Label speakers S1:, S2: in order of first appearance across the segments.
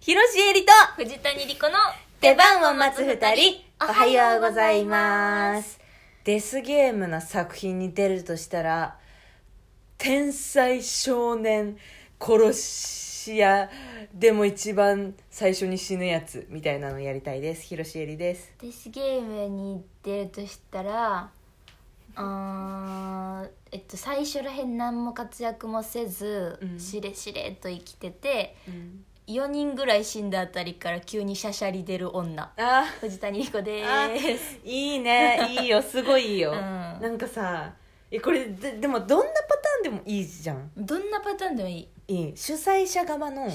S1: 広瀬えりと
S2: 藤谷莉子の
S1: 出番を待つ二人おはようございますデスゲームな作品に出るとしたら天才少年殺し屋でも一番最初に死ぬやつみたいなのやりたいです広瀬えりです
S2: デスゲームに出るとしたらあーえっと最初らへん何も活躍もせず、
S1: うん
S2: しれしれっと生きてて4人ぐらい死んだあたりから急にシャシャリ出る女
S1: あ
S2: 藤谷莉子で
S1: あ
S2: ーす
S1: いいねいいよすごいいいよ、
S2: うん
S1: なんかさえこれででもどんなパターンでもいいじゃん
S2: どんなパターンでもいい
S1: いい主催者側の
S2: いや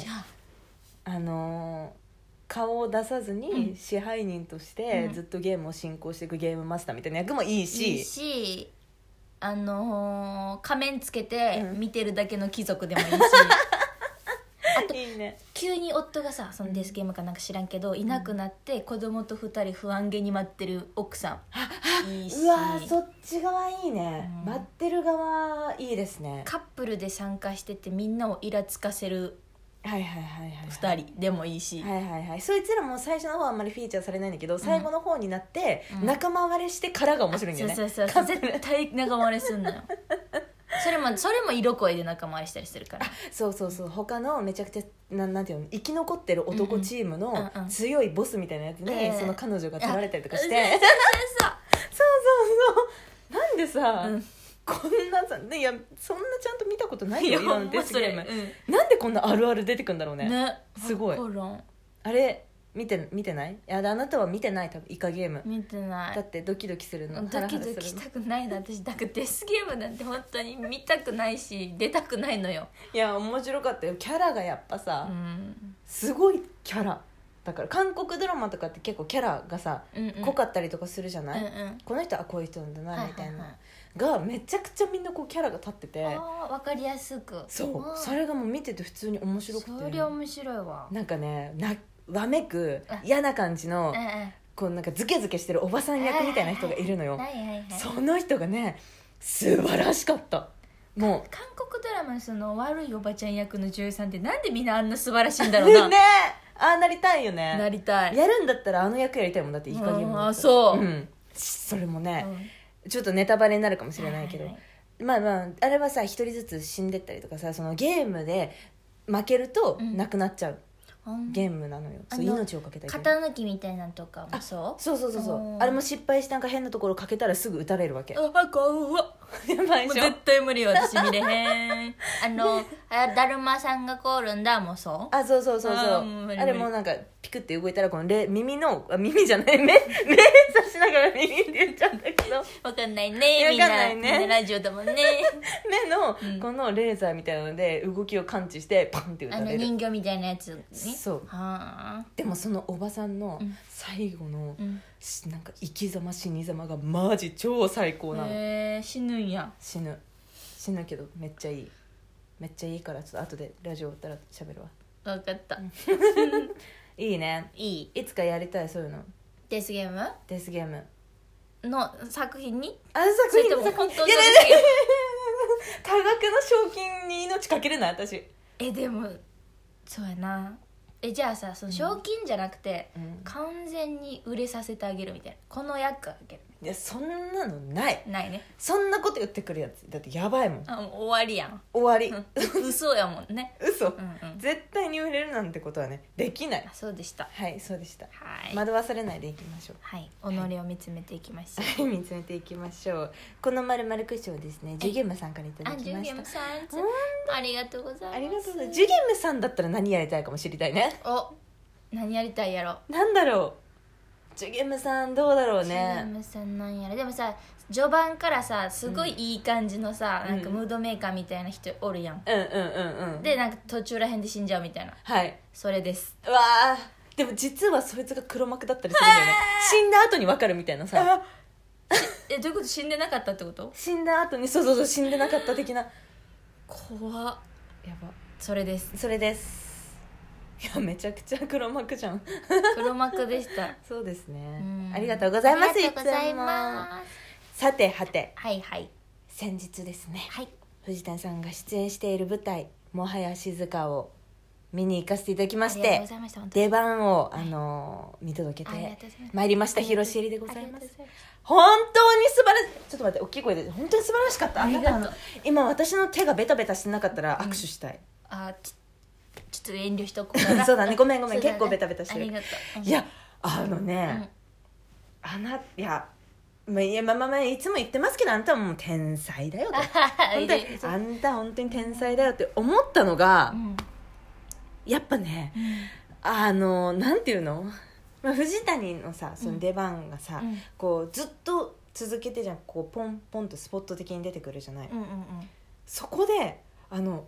S1: あのー顔を出さず
S2: う
S1: に
S2: ん
S1: 支配人として
S2: うん
S1: ずっとゲームを進行していくゲームマスターみたいな役もいいし、
S2: いいしあのー仮面つけて
S1: うん
S2: 見てるだけの貴族でもいいし、
S1: いいね
S2: 急に夫がさそのデスゲームかなんか知らんけど、いなくなって子供と二人不安げに待ってる奥さんいいし
S1: うわーそっち側いいね、
S2: うん
S1: 待ってる側いいですね
S2: カップルで参加しててみんなをイラつかせる
S1: はいはいはいはい
S2: 二人でもいいし、
S1: はいはいはいそいつらも最初の方はあんまりフィーチャーされないんだけど、最後の方になって
S2: うん
S1: 仲間割れしてからが面白いんだ
S2: そ
S1: よ
S2: う
S1: ね、
S2: そうそう
S1: カップル
S2: 絶対仲間割れすんのよそれもそれも色恋で仲間割れしたりするから
S1: そうそうそう他のめちゃくちゃなんなんていうの生き残ってる男チーム
S2: うんうん
S1: の
S2: うんうん
S1: 強いボスみたいなやつに、
S2: ええ
S1: その彼女が取られたりとかして、
S2: あそう
S1: そうそうそうなんでさ、
S2: うん
S1: こんなさねいやそんなちゃんと見たことない
S2: い
S1: よ
S2: や
S1: 今
S2: ほ
S1: の
S2: んま
S1: デス
S2: そ
S1: ゲ
S2: れ
S1: ームなんでこんなあるある出てくんだろう
S2: うん
S1: ね
S2: ね
S1: すごい
S2: わからん
S1: あれ見て見てないいやあなたは見てない多分イカゲーム
S2: 見てない
S1: だってドキドキするのハ
S2: ド
S1: ラハ
S2: キ
S1: ラす
S2: ド
S1: るの
S2: キしたくないな私だからデスゲームなんて本当に見たくないし出たくないのよ、
S1: いや面白かったよキャラがやっぱ
S2: う
S1: さ、
S2: ん、
S1: すごいキャラだから韓国ドラマとかって結構キャラがさ
S2: うんうん
S1: 濃かったりとかするじゃ
S2: う
S1: なんい、
S2: うん
S1: この人はこういう人なんだ
S2: は
S1: なみたいな、
S2: は
S1: がめちゃくちゃみんなこうキャラが立ってて
S2: はあーわかりやすく
S1: そうそ
S2: れ
S1: れがもう見てて普通に面白く
S2: そ
S1: て
S2: りゃ面白いわ
S1: なんかねなわめく
S2: うん
S1: 嫌な感じの
S2: うんうんはい
S1: こうなんかズケズケしてるおばさん役みたいな人がいるのよ
S2: はいはい
S1: その人がね素晴らしかったも
S2: 韓国ドラマのその悪いおばちゃん役の女優さんってなんでみんなあんな素晴らしいんだ
S1: う
S2: ろう な、
S1: ねああなりたいよね
S2: なりたい
S1: やるんだったらあの役やりたいもんだっていい加減
S2: う
S1: も
S2: んあそう
S1: うん、それもね
S2: う、ん
S1: ちょっとネタバレになるかもしれないけど、
S2: はいはい
S1: まあまああれはさ一人ずつ死んでったりとかさそのゲームで負けると
S2: うん
S1: なくなっちゃう、
S2: うん
S1: ゲームなのよそう
S2: あの
S1: 命をかけたい
S2: 型抜きみたいなのとかもそう
S1: そうそうそうそ
S2: お
S1: う
S2: ー
S1: あれも失敗してなんか変なところかけたらすぐ打たれるわけや
S2: あ怖 っ
S1: ばい
S2: もう
S1: でしょ
S2: 絶対無理よ私見れへん あのあだるまさんが凍るんだもうそう
S1: あそうそうそうそう
S2: あー
S1: あ
S2: もう無理無理
S1: れもなんかピクって動いたらこのれ耳のあ耳じゃない目 目刺しながら耳って言っちゃうんだけど
S2: わかんないねみ
S1: わ
S2: ん
S1: か
S2: なん
S1: ないね
S2: みんなラジオだもんね
S1: 目
S2: うん
S1: のこのレーザーみたいなので動きを感知してパンって打
S2: あ
S1: た
S2: の
S1: れる
S2: 人形みたいなやつね
S1: そう
S2: はあ
S1: でもそのおばさんの
S2: うん
S1: 最後の
S2: うん
S1: しなんか生き様死に様がマジ超最高なの、
S2: へえ死ぬんや
S1: 死ぬ死ぬけどめっちゃいいめっちゃいいからちょっと後でラジオ終わったら喋るわ
S2: わかった
S1: いいね
S2: いい
S1: いつかやりたいそういうの
S2: デスゲーム
S1: デスゲーム
S2: の作品に
S1: あさ
S2: それとも本当の
S1: いやい
S2: デ
S1: やい
S2: スゲーム
S1: や多額の賞金に命かけれない私、
S2: えでもそうやなえじゃあさその賞金じゃなくて、
S1: うん
S2: 完全に売れさせてあげるみたいなこの役あげる
S1: いやそんなのない
S2: ないね
S1: そんなこと言ってくるやつだってやばいもん
S2: あもう終わりやん
S1: 終わ
S2: うん 嘘やもんね
S1: り嘘、
S2: うんうん
S1: 絶対に売れるなんてことはねできない
S2: あそうでした
S1: はいそうでした
S2: はい、
S1: 惑わされないでいきましょう
S2: はい己を見つめていきましょう
S1: はい見つめていきましょうこのまるまるクッションはですねジュゲムさんからいただ
S2: あ
S1: き
S2: ジュ
S1: ま
S2: ゲ
S1: し
S2: ム
S1: た
S2: さん
S1: ほん
S2: ありがとうございます
S1: ありがとうございますジュゲムさんだったら何やりたいかも知りたいね
S2: お何やりたいやろ
S1: なんだろうジュゲムさんどうだろう
S2: ジュゲ
S1: ね
S2: ムさんなんやろでもさ序盤からさすごいいい感じのさ、
S1: うん
S2: なんかムードメーカーみたいな人おるやん、
S1: うんうんうんうん
S2: でなんか途中らへんで死んじゃうみたいな
S1: はい
S2: それです
S1: うわあでも実はそいつが黒幕だったりするんだよね死んだ後に分かるみたいなさ
S2: えどういうこと死んでなかったってこと
S1: 死んだ後にそうそうそう死んでなかった的なや
S2: 怖っ
S1: ば
S2: それです
S1: それですいやめちゃくちゃ黒幕じゃん
S2: 黒幕でした
S1: そうです ね
S2: うん
S1: ありがとうございます
S2: ありがとうござい
S1: いつも
S2: ます
S1: さてはて
S2: はいはい
S1: 先日ですね
S2: はい
S1: 藤田さんが出演している舞台「もはや静かを」見に行かせていただきまし
S2: ありがとう
S1: て
S2: ございました本当に
S1: 出番をあの見届け
S2: ありが
S1: て
S2: とうございます
S1: まいりました
S2: あがとう
S1: 広重でございます
S2: ありがとうござい
S1: 本当に素晴らしいちょっと待って大きい声で本当に素晴らしかった
S2: ありがとう
S1: なたの今私の手がベタベタしてなかったら握手したい、
S2: あちちょっと遠慮しとこうか な
S1: そうだねごめんごめん
S2: そうだね
S1: 結構ベタベタしてる
S2: ありがとう
S1: いやあの
S2: う
S1: ね
S2: ん、
S1: あないやまあいやまあまあまあいつも言ってますけどあんたはもう天才 だよと本当にあんた本当に天才だよって思ったのが、
S2: うん
S1: やっぱねあのなんていうの、まあ、藤谷のさその出番がさ、
S2: うん
S1: こうずっと続けてじゃんこうポンポンとスポット的に出てくるじゃない、
S2: うんうん
S1: そこであの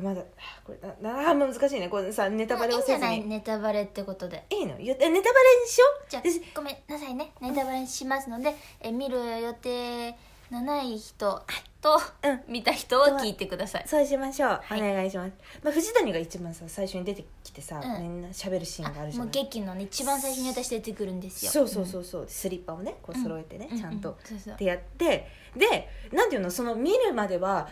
S1: まだあこれななあ難しいねこれさネタバレをせず
S2: いいんじゃない
S1: に
S2: ネタバレってことで
S1: いいのよえネタバレにしよう
S2: じゃあ
S1: です
S2: ごめんなさいねネタバレしますのでえ見る予定のない人と
S1: うん
S2: 見た人を聞いてください
S1: そうしましょう、
S2: はい
S1: お願いします、まあ、藤谷が一番さ最初に出てきてさ、
S2: うん
S1: みんな喋るシーンがあるじゃ
S2: も
S1: な
S2: う
S1: い
S2: 劇のね一番最初に私出てくるんですよ
S1: そうそうそうそう、スリッパをねこう揃えてね、
S2: うん
S1: ちゃんと、
S2: ううそうそう
S1: ってやってでなんていうのその見るまでは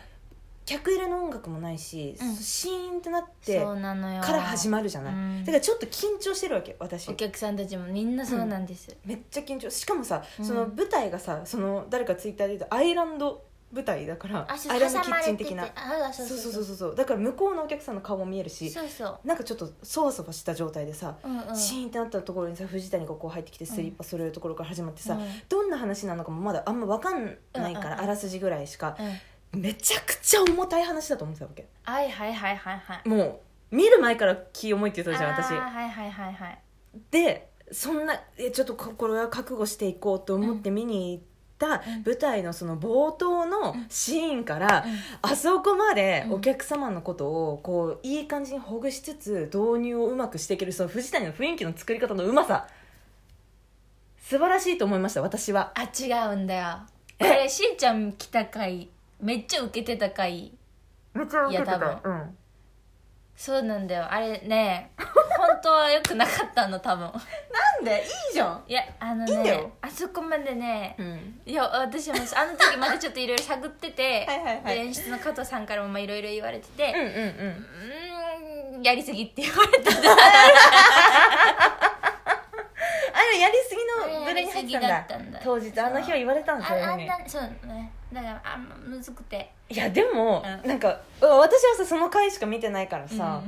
S1: 客入れの音楽もないし、
S2: うん
S1: シーンとなって
S2: そうなのよ
S1: から始まるじゃない、
S2: うん
S1: だからちょっと緊張してるわけ私
S2: お客さんたちもみんなそうなんです
S1: めっちゃ緊張しかもさ、
S2: うん
S1: その舞台がさその誰かツイッターで言ったアイランド舞台だから
S2: あそう
S1: アイランドキッチン的
S2: 挟ま
S1: な
S2: れててあそ
S1: そうう
S2: そ
S1: そうう
S2: そ
S1: そううそうう
S2: そ
S1: そうだから向こうのお客さんの顔も見えるし
S2: そうそう
S1: なんかちょっとそわそわした状態でさ、
S2: うんうん
S1: シーンってなったところにさ藤谷がこう入ってきてスリッパ揃えるところから始まってさ、
S2: うん
S1: どんな話なのかもまだあんま分かんないから、
S2: うんうんうん
S1: あらすじぐらいしか
S2: う、ん
S1: めちゃくちゃ重たい話だと思ってたわけ
S2: はいはいはいはいはい
S1: もう見る前から気重いって言ってたじゃん
S2: あー
S1: 私
S2: はいはいはいはい
S1: でそんなえちょっとここれは覚悟していこうと思って見に行った
S2: うん
S1: 舞台のその冒頭のシーンから、あそこまでお客様のことをこういい感じにほぐしつつ導入をうまくしていけるその藤谷の雰囲気の作り方のうまさ素晴らしいと思いました私は
S2: あ違うんだよこれしーちゃん来た回めっちゃウケてた回
S1: めちゃ
S2: 受けてたいや多
S1: うん
S2: そうなんだよあれね本当は良くなかったの多分
S1: なんでいいじゃん
S2: いやあのね
S1: いいんだよ
S2: あそこまでね
S1: う、ん
S2: いや私もあの時まだちょっといろいろ探ってて
S1: はいはいはい
S2: で演出の加藤さんからもまあいろいろ言われてて、
S1: うんうんうん
S2: うーんやりすぎって言わ れてた
S1: あれやりすぎのブレに入ってたんだ
S2: やりすぎだったんだ
S1: 当日あの日は言われたんです
S2: あ
S1: よ
S2: あ
S1: うんに
S2: なそうねだからあんまむずくて
S1: いやでも、
S2: うん
S1: なんかうわ私はさその回しか見てないからさ、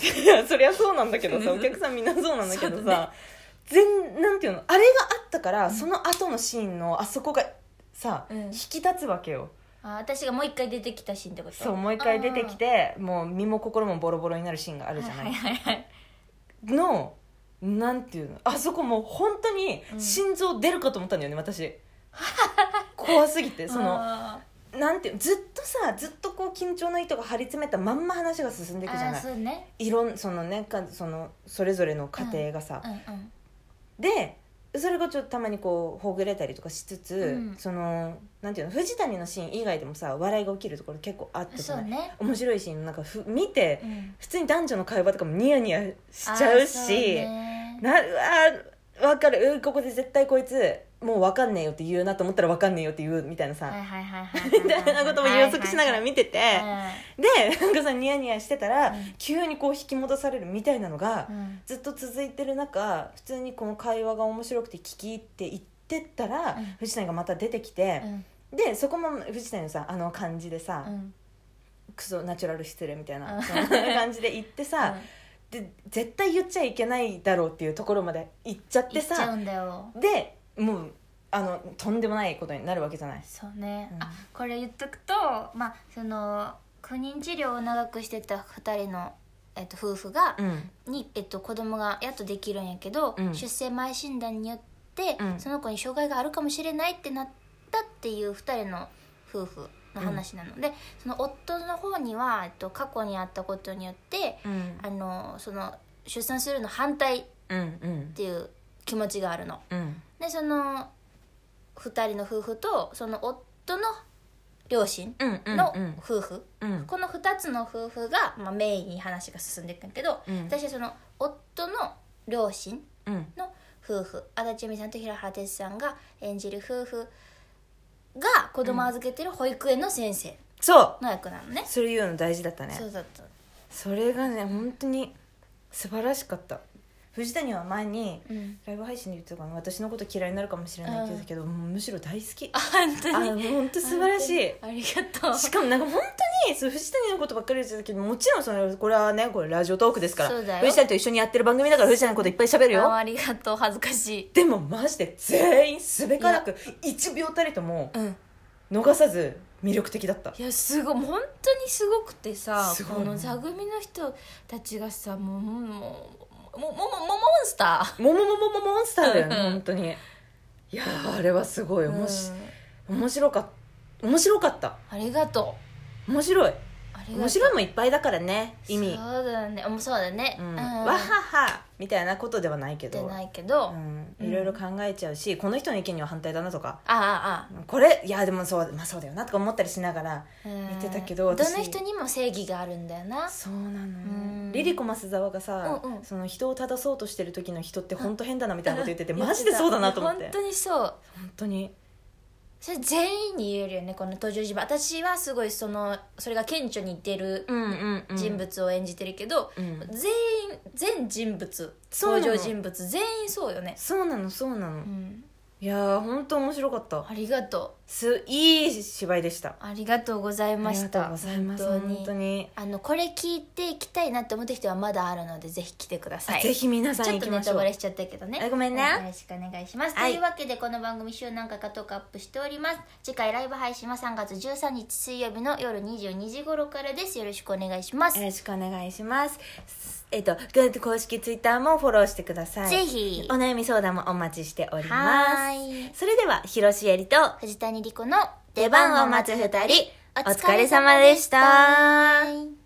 S1: いやそりゃそうなんだけどさお客さんみんなそうなんだけど
S2: そうだ
S1: さ、全なんていうのあれがあったから、その後のシーンのあそこがさ、
S2: うん
S1: 引き立つわけよ
S2: あ私がもう一回出てきたシーンってこと
S1: そうもう一回出てきてもう身も心もボロボロになるシーンがあ
S2: あ
S1: るじゃない、
S2: はいはいはい
S1: のなんていうのあそこもう本当に
S2: うん
S1: 心臓出るかと思ったんだよね私 怖すぎてその
S2: あ
S1: なんていうずっとさずっとこう緊張の糸が張り詰めたまんま話が進んで
S2: ー
S1: いくじゃ
S2: あー
S1: ない
S2: そうね
S1: いろんそのねかそのそれぞれの家庭がさ、
S2: うんうん
S1: でそれがちょっとたまにこうほぐれたりとかしつつ、
S2: うん
S1: そのなんていうの藤谷のシーン以外でもさ笑いが起きるところ結構あって
S2: そうね、
S1: 面白いシーンなんかふ見て、
S2: うん、
S1: 普通に男女の会話とかもニヤニヤしちゃう
S2: あーそ
S1: し
S2: ね
S1: なうわわかるうんここで絶対こいつもうわかんねえよって言うなと思ったらわかんねえよって言うみたいなさ、
S2: はいはいはいはい
S1: みたいなことも予測しながら
S2: 見
S1: 見てて、
S2: てう
S1: でなんかさニヤニヤしてたら、
S2: うん
S1: 急にこう引き戻されるみたいなのが、
S2: んうん
S1: ずっと続いてる中普通にこの会話が面白くて聞き入っていってったら、
S2: うん
S1: 藤谷がまた出てきて
S2: う、ん
S1: でそこも藤谷のさあの感じでさ、
S2: うん
S1: クソナチュラル失礼みたいな、
S2: うん
S1: そんな感じで言ってさ、で絶対言っちゃいけないだろうっていうところまで行っちゃって
S2: 行っちゃう
S1: さ
S2: んだよ
S1: でもうあのとんでもないことになるわけじゃない。
S2: そうね、
S1: うん
S2: あこれ言っとくとまあその不妊治療を長くしてた2人の、えっと、夫婦が、
S1: うん
S2: に、えっと、子供がやっとできるんやけど、
S1: うん
S2: 出生前診断によって、
S1: うん
S2: その子に障害があるかもしれないってなったっていう2人の夫婦の話なので、その夫の方には、えっと、過去にあったことによって
S1: うん
S2: あのその出産するの反対っ
S1: うんうん
S2: ていう気持ちがあるの。
S1: うん
S2: でその2人の夫婦とその夫の両親
S1: うんうん
S2: の夫婦、
S1: うん
S2: この2つの夫婦が、まあ、メインに話が進んでいくんやけど、
S1: うん
S2: 私はその夫の両親
S1: うん
S2: の夫婦足立由美さんと平原哲さんが演じる夫婦が子供預けてる保育園の先生
S1: そう
S2: の役なのね、
S1: それ言うの大事だったね
S2: そうだった
S1: それがね本当に素晴らしかった藤谷は前に
S2: うん
S1: ライブ配信で言ってたかな私のこと嫌いになるかもしれないって言ってたけど、もうむしろ大好き
S2: あ
S1: あ
S2: 本当に
S1: 本当素晴らしい
S2: ありがとう
S1: しかもなんか本当にそう藤谷のことばっかり言ってたけどもちろんそのこれはねこれラジオトークですから
S2: そうだよ
S1: 藤谷と一緒にやってる番組だから藤谷のこといっぱい喋る
S2: あ
S1: よ
S2: ありがとう恥ずかしい
S1: でもマジで全員すべからく1秒たりとも
S2: うん
S1: 逃さず魅力的だった
S2: いやすごいもう本当にすごくてさ
S1: すごい
S2: こ
S1: ね
S2: の座組の人たちがさもうもうもうもうもうもうモンスタ
S1: もももももモンスターだよね
S2: うん
S1: 本当にいやーあれはすごい
S2: ー、
S1: おもし
S2: うん
S1: 面白かった面白かった
S2: ありがと
S1: 面白いう
S2: ありがとう
S1: 面白いもいっぱいだからね意味
S2: そうだねもうそうだね
S1: うん、
S2: うん
S1: わははみたいなことではないけ
S2: じゃ
S1: ど
S2: ないけど、
S1: う
S2: あ
S1: ん、
S2: うん
S1: いろいろ考えちゃうし、この人の意見には反対だなとか
S2: ああ
S1: これいやでもそう,、まあ、そうだよなとか思ったりしながら
S2: あ見
S1: 見てたけど
S2: ど
S1: 私
S2: の人にも正義があるんだよな
S1: そうなの
S2: ん
S1: リリコ増沢がさ、
S2: うんうん
S1: その人を正そうとしてる時の人って本当変だなみたいなこと言 ってて、
S2: うん
S1: マジでそうだなと思って
S2: 本当にそう
S1: 本当に
S2: それ全員に言えるよねこの登場人物私はすごいそのそれが顕著に出る
S1: うんうん、
S2: 人物を演じてるけど、
S1: うん
S2: 全員全人物
S1: そうな
S2: 登
S1: の
S2: 場人物全員そうよね、
S1: そうなのそうなの、
S2: うん、
S1: いやー本当面白かった
S2: ありがと
S1: すいい芝居でした
S2: うありがとうござい
S1: あ
S2: ま
S1: り
S2: し
S1: がと
S2: た
S1: うございます
S2: 本
S1: 本
S2: 当
S1: 当
S2: に
S1: に
S2: あのこれ聞いていきたいなって思った人はまだあるのでぜひ来てください
S1: ぜひ皆さ
S2: ち
S1: ん
S2: ょっ
S1: 行
S2: と
S1: き
S2: ネ
S1: まし
S2: タ
S1: ょう
S2: バレしちゃったけどね
S1: あごめんね
S2: はいよろしくお願いします、
S1: はい
S2: というわけでこの番組週何回かトークアップしております次回ライブ配信は3月13日水曜日の夜22時頃からですよろしくお願いします
S1: よろしくお願いしますえっとグッド公式ツイッターもフォローしてください
S2: ぜひ
S1: お悩み相談もお待ちしており
S2: は
S1: ま
S2: ーい
S1: すそれでは広瀬えりと
S2: 藤谷莉子の
S1: 出番を待つ二人お
S2: お
S1: 疲れ様でした
S2: 疲れ様でした